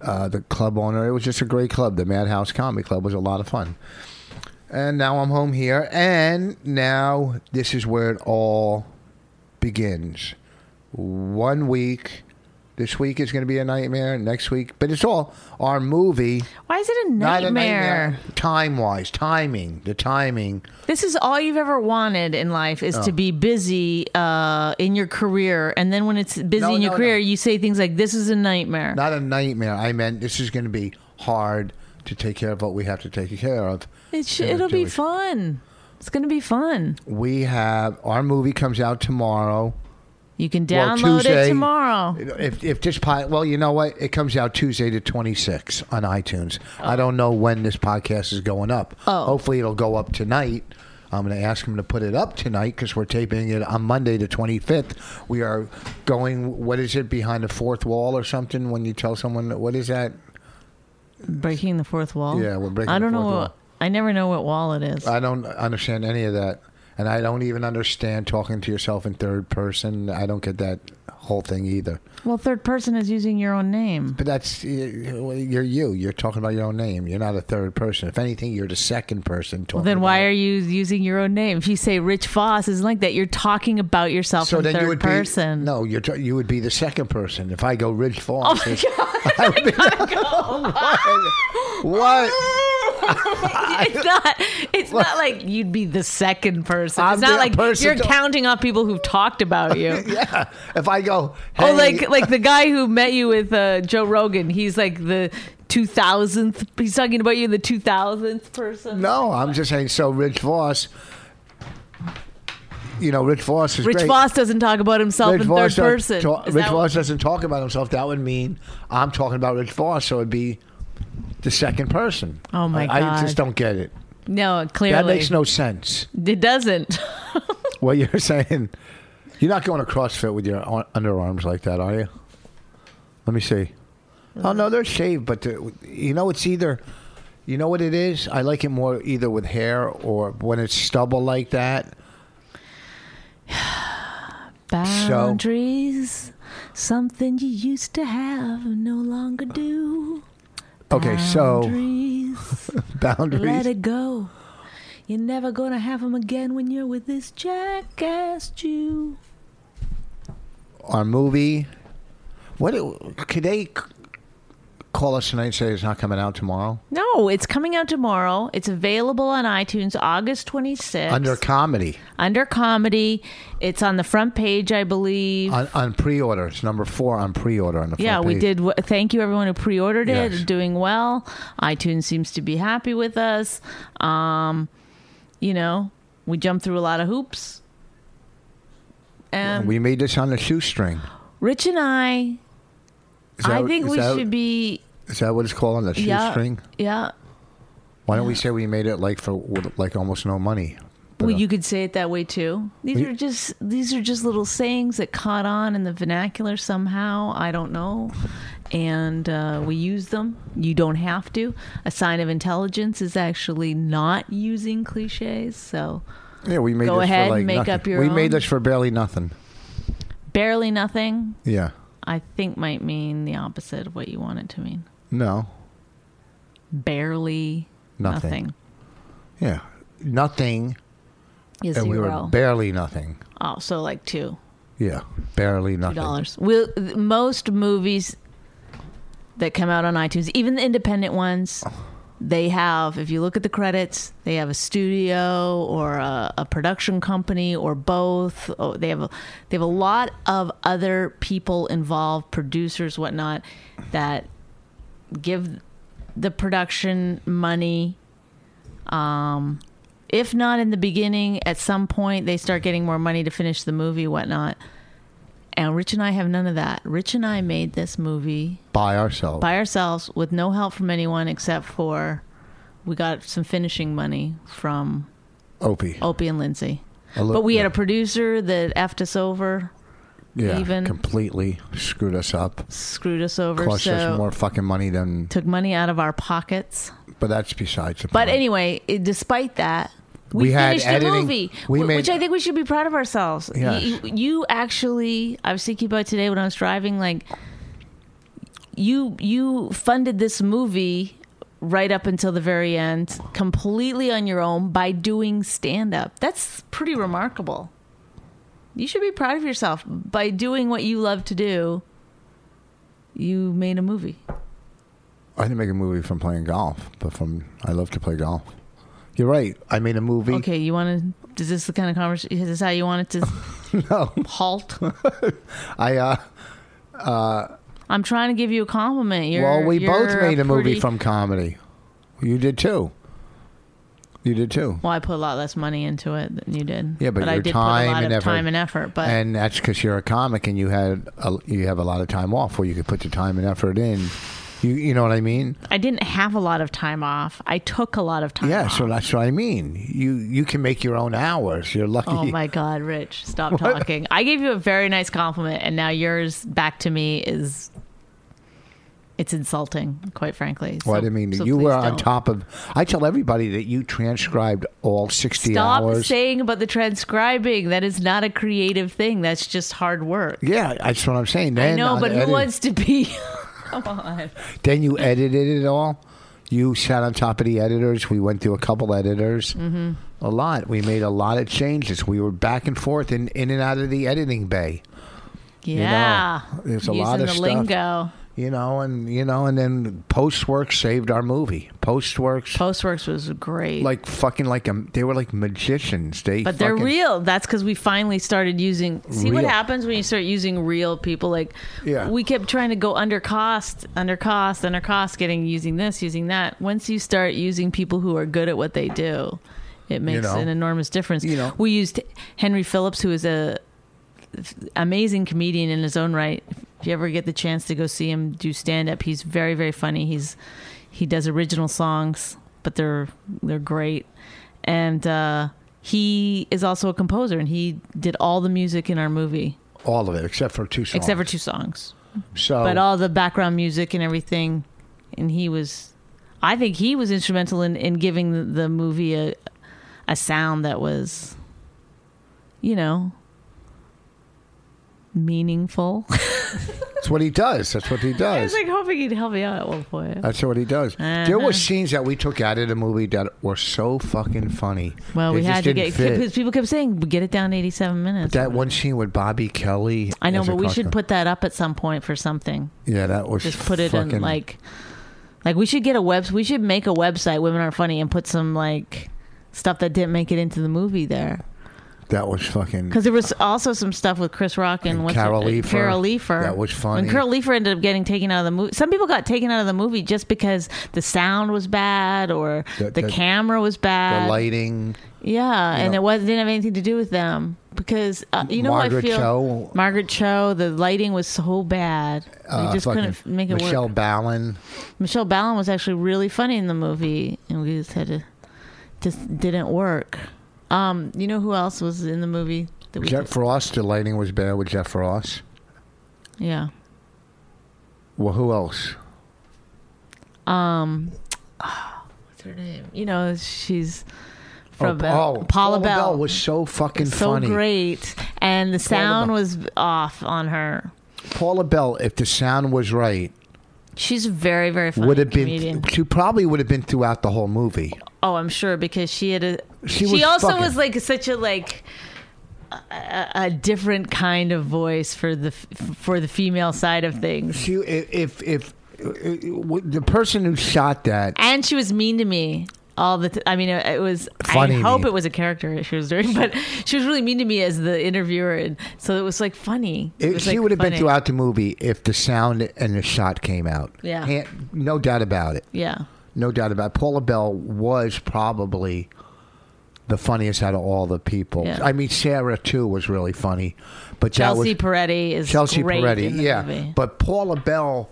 uh, the club owner, it was just a great club. The Madhouse Comedy Club was a lot of fun. And now I'm home here. And now this is where it all begins. One week. This week is going to be a nightmare. Next week, but it's all our movie, Why is it a not nightmare? a nightmare. Time wise, timing, the timing. This is all you've ever wanted in life is Oh. to be busy uh, in your career, and then when it's busy No, in your no, no. career, you say things like, "This is a nightmare." Not a nightmare. I meant this is going to be hard to take care of what we have to take care of. It sh- And it'll do be it. fun. It's going to be fun. We have our movie comes out tomorrow. You can Well, download Tuesday- it tomorrow. If if this pod, well, you know what? It comes out Tuesday the 26th on iTunes. I don't know when this podcast is going up. Oh. Hopefully it'll go up tonight. I'm going to ask him to put it up tonight because we're taping it on Monday the 25th. We are going. What is it behind the fourth wall or something? When you tell someone what is that? Breaking the fourth wall. Yeah, we're breaking I the don't know. fourth what, wall. I never know what wall it is. I don't understand any of that, and I don't even understand talking to yourself in third person. I don't get that whole thing either. well, third person is using your own name. But that's you're you. You're talking about your own name. You're not a third person. If anything, you're the second person talking. Then about why it. are you using your own name? If you say Rich Foss, isn't like that. You're talking about yourself so in then third you would person. Be, no, you're t- you would be the second person. If I go Ridge Falls, Oh my it's- god! <laughs> I would be- <laughs> what? it's not. It's not like you'd be the second person. I'm it's not the like person you're to- counting on people who've talked <laughs> about you. Yeah. If I go, Oh, hey- like like the guy who met you with uh, Joe Rogan. He's like the two thousandth. He's talking about you, the two thousandth person. no, I'm just saying. So Ridge Voss, you know, Rich Voss is Rich great. Voss doesn't talk about himself Rich in Voss third doesn't person. talk- Is Rich that- Voss doesn't talk about himself. That would mean I'm talking about Rich Voss, so it'd be the second person. Oh, my I, I God. just don't get it. no, clearly That makes no sense. <laughs> it doesn't. What you're <laughs> saying? You're not going to CrossFit with your ar- underarms like that, are you? Let me see. Oh no, they're shaved, but the, you know it's either. You know what it is? I like it more either with hair or when it's stubble like that. Boundaries, something you used to have, no longer do. Okay, so Boundaries, let boundaries. it go. You're never gonna have them again when you're with this jackass Jew. Our movie. What it- could they c- call us tonight and say it's not coming out tomorrow No, it's coming out tomorrow. It's available on iTunes August 26th. under comedy Under comedy. It's on the front page, I believe. on, on pre-order? It's number four on pre-order on the front yeah, we page. did. w- Thank you, everyone who pre-ordered it. Yes. Doing well. iTunes seems to be happy with us. Um, you know, we jumped through a lot of hoops. And We made this on a shoestring. Rich and I, Is I that- think is we that- should be. Is that what it's called on a Yeah, shoestring? yeah. Why don't we say we made it like for with, like almost no money? Well, But, uh, you could say it that way too. These We- are just these are just little sayings that caught on in the vernacular somehow. I don't know, and uh, we use them. You don't have to. A sign of intelligence is actually not using cliches. So Yeah, we made Go this ahead, for like make nothing. up your We made own. this for barely nothing. barely nothing, Yeah. I think, might mean the opposite of what you want it to mean. No. Barely Nothing. nothing, Yeah. Nothing, is and we zero. were barely nothing. oh, so like two. Yeah, barely two nothing. dollars. Will th- most movies that come out on iTunes, even the independent ones, they have. If you look at the credits, they have a studio or a, a production company or both. Oh, they have a, they have a lot of other people involved, producers, whatnot, that give the production money. Um, if not in the beginning, at some point they start getting more money to finish the movie, whatnot. And Rich and I have none of that. Rich and I made this movie By ourselves. by ourselves with no help from anyone except for we got some finishing money from Opie. Opie and Lindsay. A little- But we had yeah. a producer that effed us over, yeah, even- completely screwed us up. screwed us over, Cost us so more fucking money than. took money out of our pockets. But that's besides the point. But anyway, it, despite that, we, We had finished the editing. movie, We wh- made- which I think we should be proud of ourselves. Y- Yes. You, you actually, I was thinking about today when I was driving, like you you funded this movie right up until the very end, completely on your own by doing stand up. That's pretty remarkable. You should be proud of yourself by doing what you love to do. You made a movie. I didn't make a movie from playing golf, but from I love to play golf. You're right. I made a movie. Okay, you want to? Is this the kind of conversation? Is this how you want it to <laughs> No. halt? I uh, I'm trying to give you a compliment. You're, well, we you're both made a movie pretty- from comedy. You did too. You did too. Well, I put a lot less money into it than you did. Yeah, but, I your did time put a lot and of effort, time and effort. But and that's because you're a comic and you had a, you have a lot of time off where you could put your time and effort in. You you know what I mean? I didn't have a lot of time off. I took a lot of time. Yeah, off. so that's what I mean. You you can make your own hours. You're lucky. Oh my God, <laughs> Rich, stop talking. I gave you a very nice compliment, and now yours back to me is. It's insulting, quite frankly. Well, I So- didn't mean so you please were on don't. top of. I tell everybody that you transcribed all sixty Stop hours. saying about the transcribing. That is not a creative thing. That's just hard work. yeah, that's what I'm saying. Then no, on but edit- who wants to be? <laughs> Come on. Then you edited it all. You sat on top of the editors. We went through a couple editors. Mm-hmm. A lot. We made a lot of changes. We were back and forth in in and out of the editing bay. Yeah. there's a Using lot of the stuff. lingo. You know, and you know, and then Postworks saved our movie. Postworks, Postworks was great. like fucking like um, they were like magicians. They but they're fucking- real. That's because we finally started using. See what Real. happens when you start using real people. Like, Yeah. we kept trying to go under cost, under cost, under cost, getting using this, using that. Once you start using people who are good at what they do, it makes know. an enormous difference. You know. We used Henry Phillips, who is a f- amazing comedian in his own right. If you ever get the chance to go see him do stand up, he's very very funny. He's he does original songs, but they're they're great. And uh, he is also a composer, and he did all the music in our movie all of it except for two songs. except for two songs, So, but all the background music and everything. And he was, I think he was instrumental in in giving the, the movie a a sound that was, you know, meaningful. <laughs> That's what he does. That's what he I does. was like Uh-huh. hoping he'd help me out at one point. That's what he does. There were scenes that we took out of the movie that were so fucking funny. Well, They we just had to didn't get fit. because people kept saying get it down to eighty seven minutes. that one scene with Bobby Kelly. I know, as a but we should cocktail. put that up at some point for something. Yeah, that was Just put it in fucking- like, like we should get a web. We should make a website, Women Are Funny, and put some like stuff that didn't make it into the movie there. that was fucking. Because there was also some stuff with Chris Rock and, And what's Carol her- uh, Leifer. Carol Leifer. That was funny. And Carol Leifer ended up getting taken out of the movie. Some people got taken out of the movie just because the sound was bad or the, The- the- camera was The bad. lighting. Yeah, and know. it was didn't have anything to do with them because uh, you know Margaret I feel Cho. Margaret Cho the lighting was so bad uh, we just fucking couldn't f- make it Michelle work. Ballin. Michelle Ballin was actually really funny in the movie, and we just had to just didn't work. Um, you know who else was in the movie? That we Jeff Frost. The lighting was bad with Jeff Frost. yeah, Well, who else? Um, <sighs> what's her name? You know, she's from oh, uh, Paul. Paula, Paula Bell. was so fucking so funny. great, and the sound Bell. was off on her. Paula Bell, if the sound was right, She's a very, very funny. would have been. comedian. She probably would have been throughout the whole movie. Oh, I'm sure because she had a. She She, was also fucking- was like such a like a, a different kind of voice for the f- for the female side of things, She, if if, if uh, the person who shot that and she was mean to me all the. T- I mean, it, it was. Funny I hope mean. it was a character she was doing, <laughs> but she was really mean to me as the interviewer, and so it was like funny. It It, was, she like, would have been funny. throughout the movie if the sound and the shot came out. Yeah. Can't- no doubt about it. Yeah. No doubt about it. Paula Bell was probably the funniest out of all the people. Yeah. I mean, Sarah, too, was really funny. But Chelsea that was Peretti is Chelsea great Peretti. in the yeah. movie. But Paula Bell,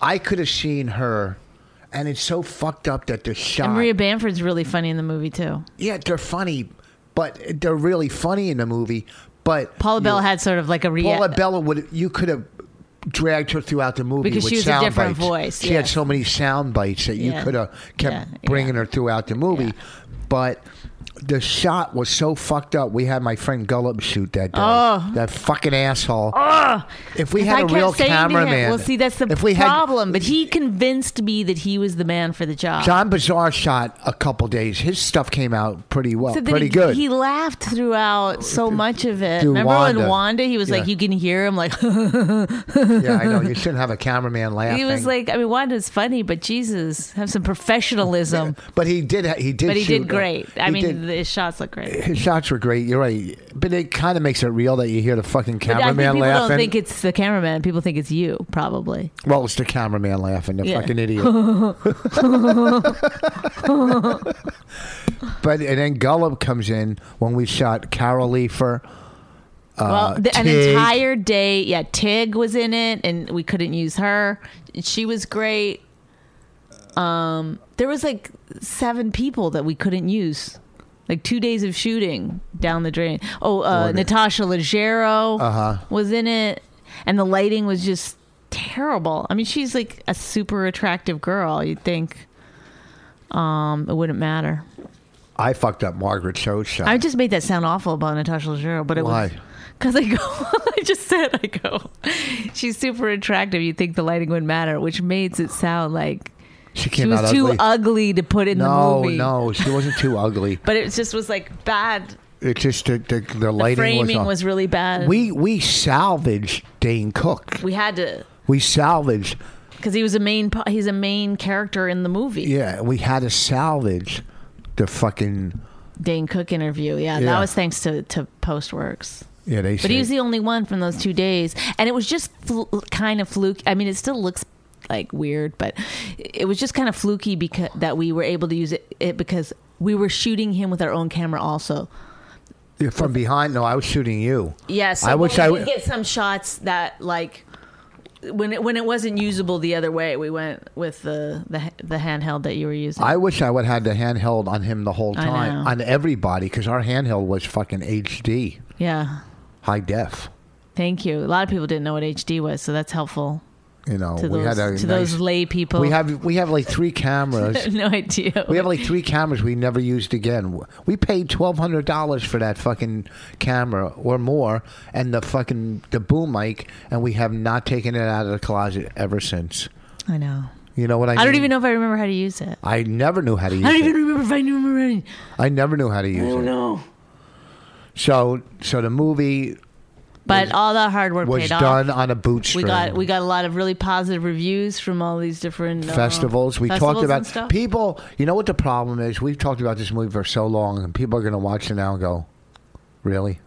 I could have seen her. And it's so fucked up that they're shot. and Maria Bamford's really funny in the movie too. yeah, they're funny, but they're really funny in the movie. But Paula you- Bell had sort of like a reaction. Paula Bella would you could have dragged her throughout the movie Because with she was a sound different bites. voice, She had yes. so many sound bites that you Yeah. could have kept Yeah, bringing yeah. her throughout the movie, Yeah. but. The shot was so fucked up. We had my friend Gullum shoot that day. Oh. That fucking asshole. if we If had I a kept real saying to him- cameraman, well, see, that's the if we had- problem. but he convinced me that he was the man for the job. John Bazaar shot a couple days. His stuff came out pretty well, So that pretty he, good. He laughed throughout so much of it. through Remember Wanda. when Wanda? He was Yeah. like, you can hear him. Like <laughs> yeah, I know. You shouldn't have a cameraman laughing. he was like, I mean, Wanda's funny, but Jesus, have some professionalism. but he <laughs> did. ha- He did. But he shoot did it. great. I He mean, did. his shots look great. His shots were great. You're right, but it kind of makes it real that you hear the fucking But I cameraman think people laughing. don't think it's the cameraman. People think it's you, probably. well, it's the cameraman laughing, the <laughs> Yeah. fucking idiot. but and then Gullub comes in when we shot Carol Leifer. uh, well, the, an Tig. entire day. Yeah, Tig was in it, and we couldn't use her. She was great. Um, there was like seven people that we couldn't use. Like two days of shooting down the drain. Oh, uh, Lord. Natasha Leggero Uh-huh. was in it, and the lighting was just terrible. I mean, she's like a super attractive girl. You'd think um, it wouldn't matter. I fucked up Margaret Cho's shot. I just made that sound awful about Natasha Leggero, but it was Why? because I go. <laughs> I just said I go. She's super attractive. You think the lighting would matter, which makes it sound like she came she was out too ugly. ugly to put in no, the movie. no, she wasn't too ugly. but it just was like bad. It just the the, the The lighting framing was, was, off. really bad. We we salvaged Dane Cook. we had to We salvaged because he was a main. pa- He's a main character in the movie. Yeah, we had to salvage the fucking. Dane Cook interview. Yeah, Yeah. that was thanks to to Postworks. Yeah, they. But he say- was the only one from those two days, and it was just fl- kind of fluke. I mean, it still looks like weird, but it was just kind of fluky because that we were able to use it, it because we were shooting him with our own camera also. Yeah, from behind. No, I was shooting you. Yes, I wish we I could would- get some shots that like when it when it wasn't usable the other way, we went with the the, the handheld that you were using. I wish I would have had the handheld on him the whole I time know. on everybody because our handheld was fucking HD, yeah, high def. thank you. A lot of people didn't know what HD was, so that's helpful You know, to we those had to a nice, those lay people. We have we have like three cameras. <laughs> no idea. We have like three cameras we never used again. We paid twelve hundred dollars for that fucking camera or more, and the fucking the boom mic, and we have not taken it out of the closet ever since. I know. You know what I? I don't mean? even know if I remember how to use it. I never knew how to use I don't it. even remember if I knew remember. I never knew how to use it. know. So, so the movie But all that hard work was paid done off. on a bootstrap. We got we got a lot of really positive reviews from all these different uh, festivals. We festivals talked and about stuff. people. You know what the problem is? We've talked about this movie for so long, and people are going to watch it now and go, "Really?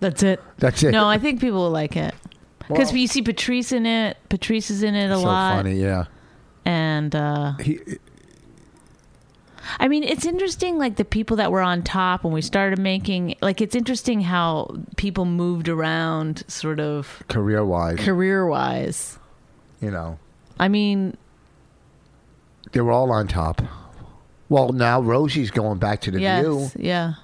That's it. That's it?" No, I think people will like it because Well- you see Patrice in it. Patrice is in it a so lot, funny. Yeah, and uh, he, I mean, it's interesting. Like the people that were on top when we started making, like it's interesting how people moved around, sort of career wise, career wise. you know, I mean, they were all on top. Well, now Rosie's going back to the yes, View. yeah.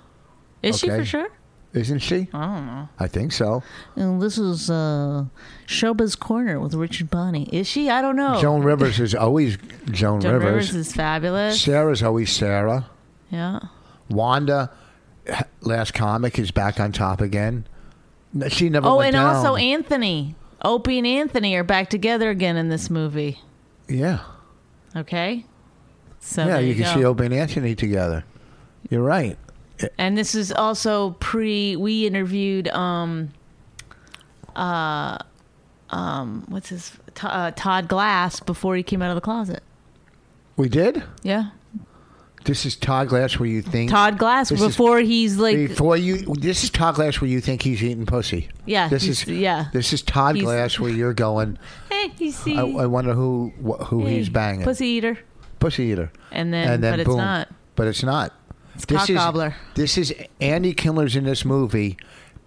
Is she Okay. for sure? Isn't she? I don't know. I think so. And this is uh, Showbiz Corner with Richard Bonney. Is she? I don't know. Joan Rivers is always Joan, Oh. Joan Rivers. Rivers is fabulous. Sarah's always Sarah. yeah. Wanda, h- last comic, is back on top again. N- She never. Oh, went and down. also Anthony. Opie and Anthony are back together again in this movie. yeah, Okay. So yeah. there You, you, can go. see Opie and Anthony together. You're right. and this is also pre we interviewed um uh um what's his T- uh, Todd Glass before he came out of the closet. We did. Yeah. This is Todd Glass. Where you think Todd Glass This is before he's like Before you, this is Todd Glass where you think he's eating pussy. Yeah, this he's- is yeah. This is Todd He's- Glass where you're going. hey, Eh, you see Eh, I, I wonder who wh- who he's banging. Pussy eater. Pussy eater. And then, and then but it's boom. not. But it's not. It's cock gobbler. This is Andy Kindler's in this movie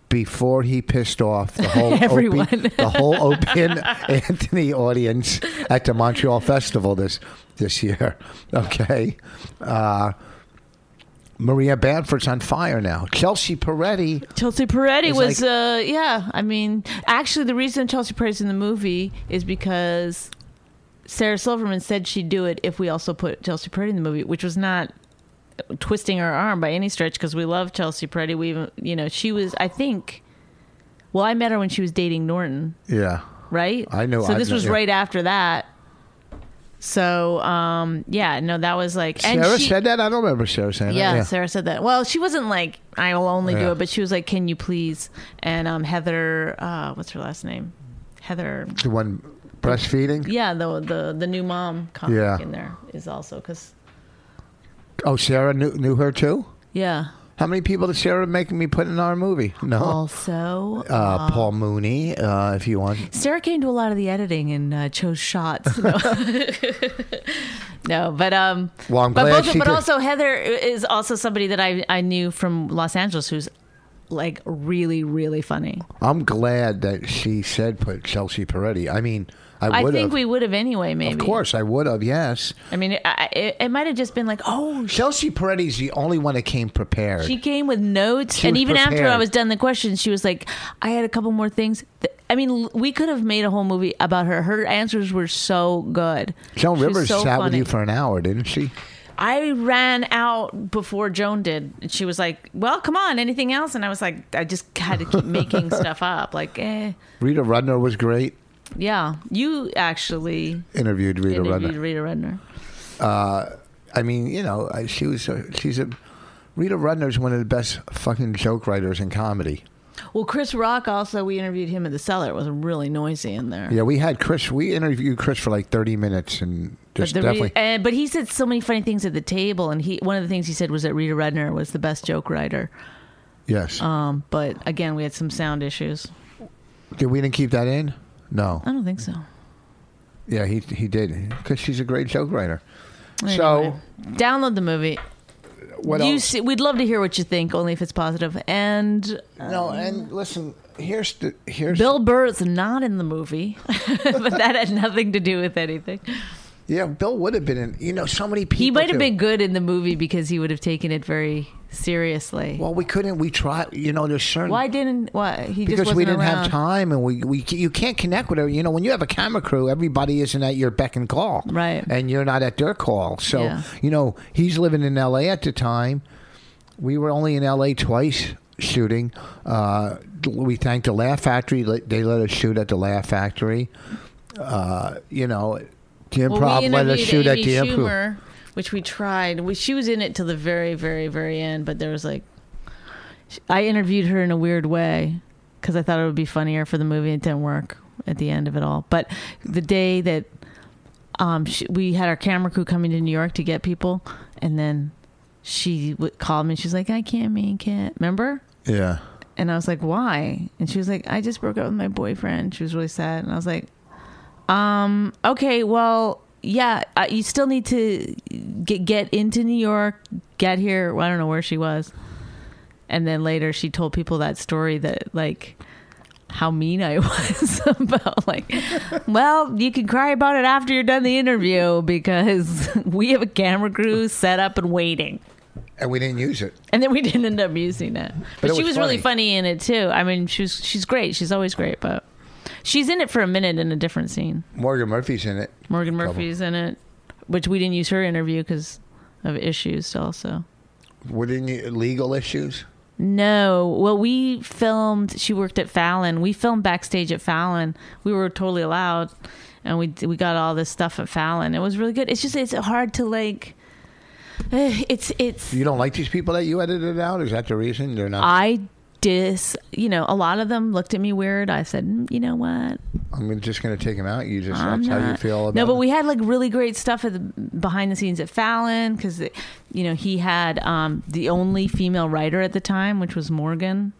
before he pissed off the <laughs> whole Opie- Everyone. the whole open Anthony audience at the Montreal Festival this this year. <laughs> Okay. Uh, Maria Bamford's on fire now. Chelsea Peretti. Chelsea Peretti It's was, like- uh, yeah. I mean, actually, the reason Chelsea Peretti's in the movie is because Sarah Silverman said she'd do it if we also put Chelsea Peretti in the movie, which was not twisting her arm by any stretch because we love Chelsea Peretti. We even, you know, she was, I think, well, I met her when she was dating Norton, Yeah. right? I know, So I this know, was yeah. right after that. So, um, yeah, no, that was like, and Sarah she- said that? I don't remember Sarah saying yeah, that. Sarah said that. Well, she wasn't like I will only do Yeah. it, but she was like, "Can you please?" And um, Heather, uh, what's her last name? Heather. The one breastfeeding? Yeah, the the the new mom comic Yeah. in there is also because Oh, Sarah knew, knew her too? yeah. How many people did Sarah make me put in our movie? No. Also, Oh. uh, Paul Mooney, uh, if you want. Sarah came to a lot of the editing and uh, chose shots. No, <laughs> No, but um, Well, I'm but glad both, she but did. also Heather is also somebody that I I knew from Los Angeles who's like really really funny. I'm glad that she said put Chelsea Peretti. I mean, I I would think have. we would have anyway. Maybe Of course, I would have. Yes, I mean, it, I- it, it might have just been like, oh, sh- Chelsea Peretti's the only one that came prepared. she came with notes, She and was even after I prepared. was done the question, she was like, I had a couple more things. Th- I mean, l- we could have made a whole movie about her. Her answers were so good. Joan She was Rivers so sat with funny. you for an hour, didn't she? I ran out before Joan did, and she was like, "Well, come on, anything else?" And I was like, "I just had to <laughs> keep making stuff up." Like, eh, Rita Rudner was great. yeah, you actually Interviewed Rita interviewed Rudner. Rita Rudner. I mean, you know, I- she was. A, she's a. Rita Rudner's one of the best fucking joke writers in comedy. Well, Chris Rock also we interviewed him at the cellar. It was really noisy in there. Yeah, we had Chris. We interviewed Chris for like thirty minutes, and just the re- definitely. uh, but he said so many funny things at the table, and he one of the things he said was that Rita Rudner was the best joke writer. yes. Um, but again, we had some sound issues. Did we didn't keep that in? No. I don't think so. Yeah, he he did because she's a great joke writer. So Download the movie. what you else? see, we'd love to hear what you think, only if it's positive. And no, and listen, here's the here's Bill Burr's not in the movie, <laughs> but that had nothing to do with anything. yeah. Bill would have been in. You know, so many people. He might have do. been good in the movie because he would have taken it very seriously. Well, we couldn't. We tried. You know, there's certain. Why didn't? Why he just Because wasn't we didn't around. have time, and we, we you can't connect with her. You know, when you have a camera crew, everybody isn't at your beck and call, Right. And you're not at their call. So Yeah. you know, he's living in L.A. at the time. We were only in L.A. twice shooting. Uh, we thanked the Laugh Factory; Let- they let us shoot at the Laugh Factory. Uh, you know, the Well, Improv we let us interviewed shoot at Amy the Improv. Schumer, which we tried. We, she was in it till the very, very, very end, but there was like, I interviewed her in a weird way because I thought it would be funnier for the movie. It didn't work at the end of it all. But the day that um, she, we had our camera crew coming to New York to get people, and then she w- called me. and She's like, "I can't make it." Remember? Yeah, And I was like, why? And she was like, I just broke up with my boyfriend. She was really sad. And I was like, um, okay, well, yeah, uh, you still need to get, get into New York, get here. Well, I don't know where she was. And then later she told people that story that, like, how mean I <laughs> was about, like, well, you can cry about it <laughs> after you're done the interview because we have a camera crew set up and waiting. and we didn't use it. and then we <laughs> didn't end up using it. But, it she was was really funny. funny in it too. I mean, she's she's great. She's always great, but she's in it for a minute in a different scene. Morgan Murphy's in it. Morgan Couple. Murphy's in it, which we didn't use her interview because of issues also. Were there any legal issues? No. Well, we filmed. She worked at Fallon. We filmed backstage at Fallon. We were totally allowed, and we we got all this stuff at Fallon. It was really good. It's just it's hard to like. <sighs> eh, It's it's. You don't like these people that you edited out? Is that the reason they're not? I dis. You know, a lot of them looked at me weird. I said, "Mm, you know what? I'm just going to take them out. You just I'm that's how you not- feel about. no, but it? we had like really great stuff at the, behind the scenes at Fallon because you know he had um, the only female writer at the time, which was Morgan.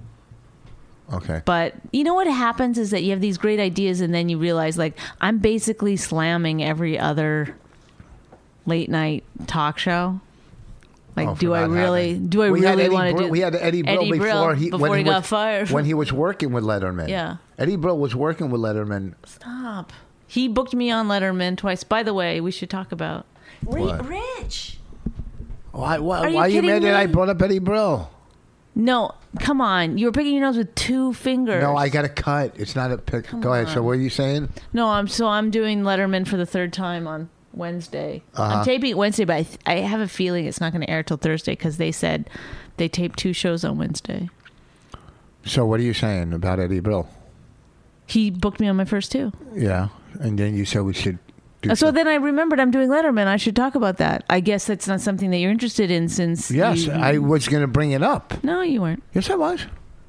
okay. But you know what happens is that you have these great ideas, and then you realize, like, I'm basically slamming every other late night talk show. Like, Oh, for do I not really, having- do I We had really Eddie want to Brill- do? We had Eddie Brill Eddie before, he, before when he, got was, fired. When he was working with Letterman. Yeah. Eddie Brill was working with Letterman. Stop. He booked me on Letterman twice. By the way, we should talk about. What? Rich. Why? Why? Are you why are you kidding mad that I me? brought up Eddie Brill? No, come on. You were picking your nose with two fingers. No, I got a cut. It's not a pick. Go ahead. So what are you saying? No, I'm so I'm doing Letterman for the third time on Wednesday. Uh-huh. I'm taping it Wednesday, but I, th- I have a feeling it's not going to air till Thursday because they said they taped two shows on Wednesday. So what are you saying about Eddie Brill? He booked me on my first two. Yeah, and then you said we should. Do So some- then I remembered I'm doing Letterman. I should talk about that. I guess that's not something that you're interested in since. yes, you- I was going to bring it up. No, you weren't. Yes, I was.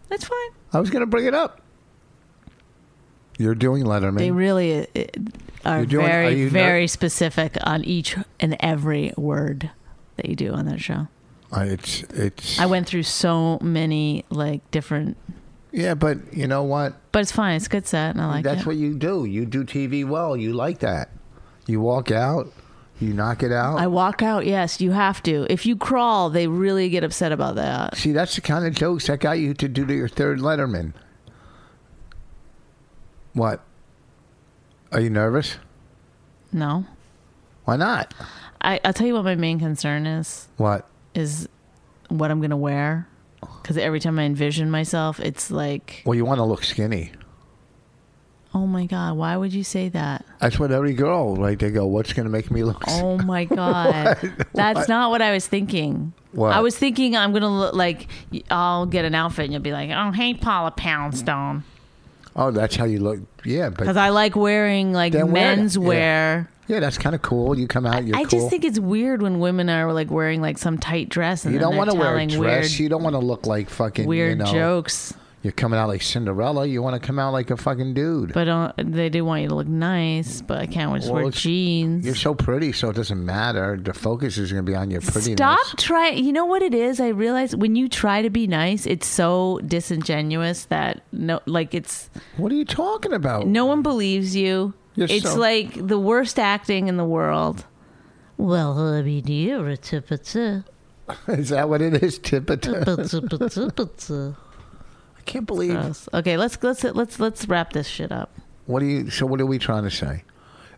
That's fine. I was going to bring it up. You're doing Letterman. They really uh, are You're doing- very, are you not- very specific on each and every word that you do on that show. I, Uh, it's it's. I went through so many like different yeah, but you know what? But it's fine. It's a good set, and I like That's it. what you do. You do TV well. You like that. You walk out. You knock it out. I walk out. Yes, you have to. If you crawl, they really get upset about that. See, that's the kind of jokes that got you to do to your third Letterman. What? Are you nervous? No, Why not? I, I'll tell you what my main concern is: What? is what I'm gonna wear. Because every time I envision myself, it's like, Well, you want to look skinny. oh my god, why would you say that? That's what every girl, like, they go, what's going to make me look s <laughs> Oh my god, that's not what I was thinking. What? I was thinking I'm gonna look like I'll get an outfit, and you'll be like, oh hey Paula Poundstone, Oh, that's how you look. Yeah, because but I like wearing like Then wear it. men's Yeah. wear. yeah, that's kind of cool. You come out, you're I cool. just think it's weird when women are like wearing like some tight dress and you then don't they're want to wear a telling dress. you don't want to look like fucking, weird, weird you know, jokes, you're coming out like Cinderella. You want to come out like a fucking dude. but uh, they do want you to look nice. But I can't just Well, wear it's- jeans. you're so pretty, so it doesn't matter. The focus is going to be on your prettiness. Stop trying. You know what it is? I realize when you try to be nice, it's so disingenuous that no, like it's What are you talking about? no one believes you. Yes, it's so- like the worst acting in the world. Well, I mean, you're a tippa <laughs> Is that what it is? <laughs> Tipita. I can't believe. Okay, let's let's let's let's wrap this shit up. What do you? So what are we trying to say?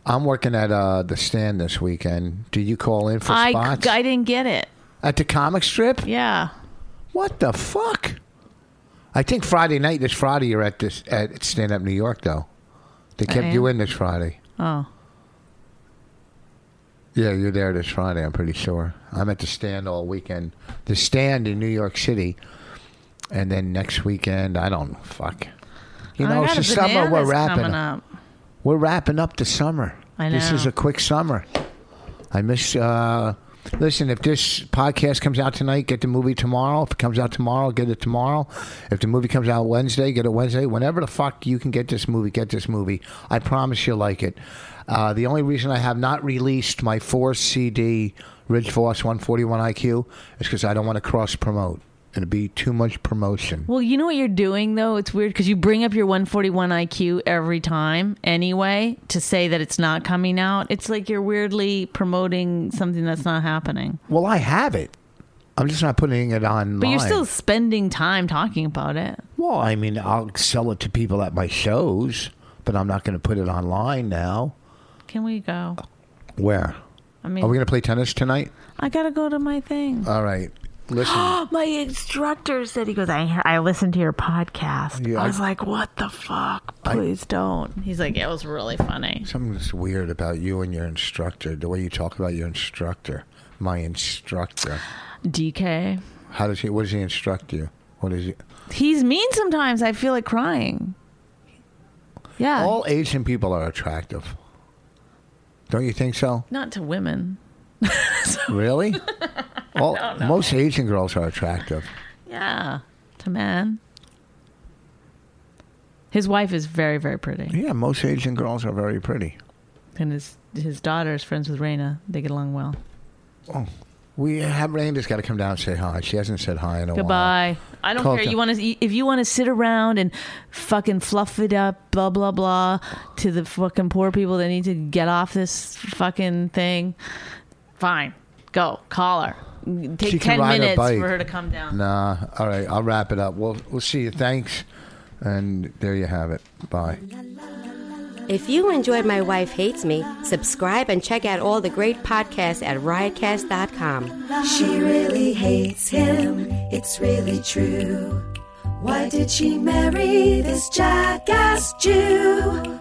I'm working at uh, the stand this weekend. Do you call in for I, spots I didn't get it. at the comic strip? Yeah. What the fuck? I think Friday night. This Friday, you're at this at Stand Up New York, though. They kept am. you in this Friday. Oh. Yeah, you're there this Friday. I'm pretty sure. I'm at the stand all weekend. The stand in New York City, and then next weekend, I don't know. Fuck. You know, I it's got the a summer. We're bananas wrapping. coming up. We're wrapping up the summer. I This know. is a quick summer. I miss. Uh, listen, if this podcast comes out tonight, get the movie tomorrow. If it comes out tomorrow, get it tomorrow. If the movie comes out Wednesday, get it Wednesday. Whenever the fuck you can get this movie, get this movie. I promise you'll like it. Uh, the only reason I have not released my four CD Ridge Force 141 IQ is because I don't want to cross promote. It'd be too much promotion. Well, you know what you're doing though? It's weird because you bring up your 141 IQ every time anyway to say that it's not coming out. It's like you're weirdly promoting something that's not happening. Well, I have it. I'm just not putting it on. But you're still spending time talking about it. Well, I mean, I'll sell it to people at my shows, but I'm not going to put it online now. Can we go? Where? I mean, Are we going to play tennis tonight? I got to go to my thing. All right. Listen. <gasps> My instructor said, he goes, I, I listened to your podcast. Yeah, I- I was like, what the fuck? Please don't. He's like, it was really funny. Something's weird about you and your instructor. The way you talk about your instructor, my instructor. DK. How does he? What does he instruct you? What is he? He's mean sometimes. I feel like crying. Yeah. All Asian people are attractive. Don't you think <laughs> so? Not to women. Really? All, Most Asian girls are attractive. Yeah. To men. His wife is very, very pretty. Yeah, most Asian girls are very pretty. And his his daughter is friends with Raina. They get along well. We have Randy's got to come down and say hi. She hasn't said hi in a while. Goodbye. I don't Call care. it- You want to if you want to sit around and fucking fluff it up, blah blah blah, to the fucking poor people that need to get off this fucking thing. Fine, go call her. Take She can ten ride her minutes bike. for her to come down. Nah. All right, I'll wrap it up. We'll we'll see you. Thanks, and there you have it. Bye. If you enjoyed My Wife Hates Me, subscribe and check out all the great podcasts at riotcast.com. She really hates him, it's really true. Why did she marry this jackass Jew?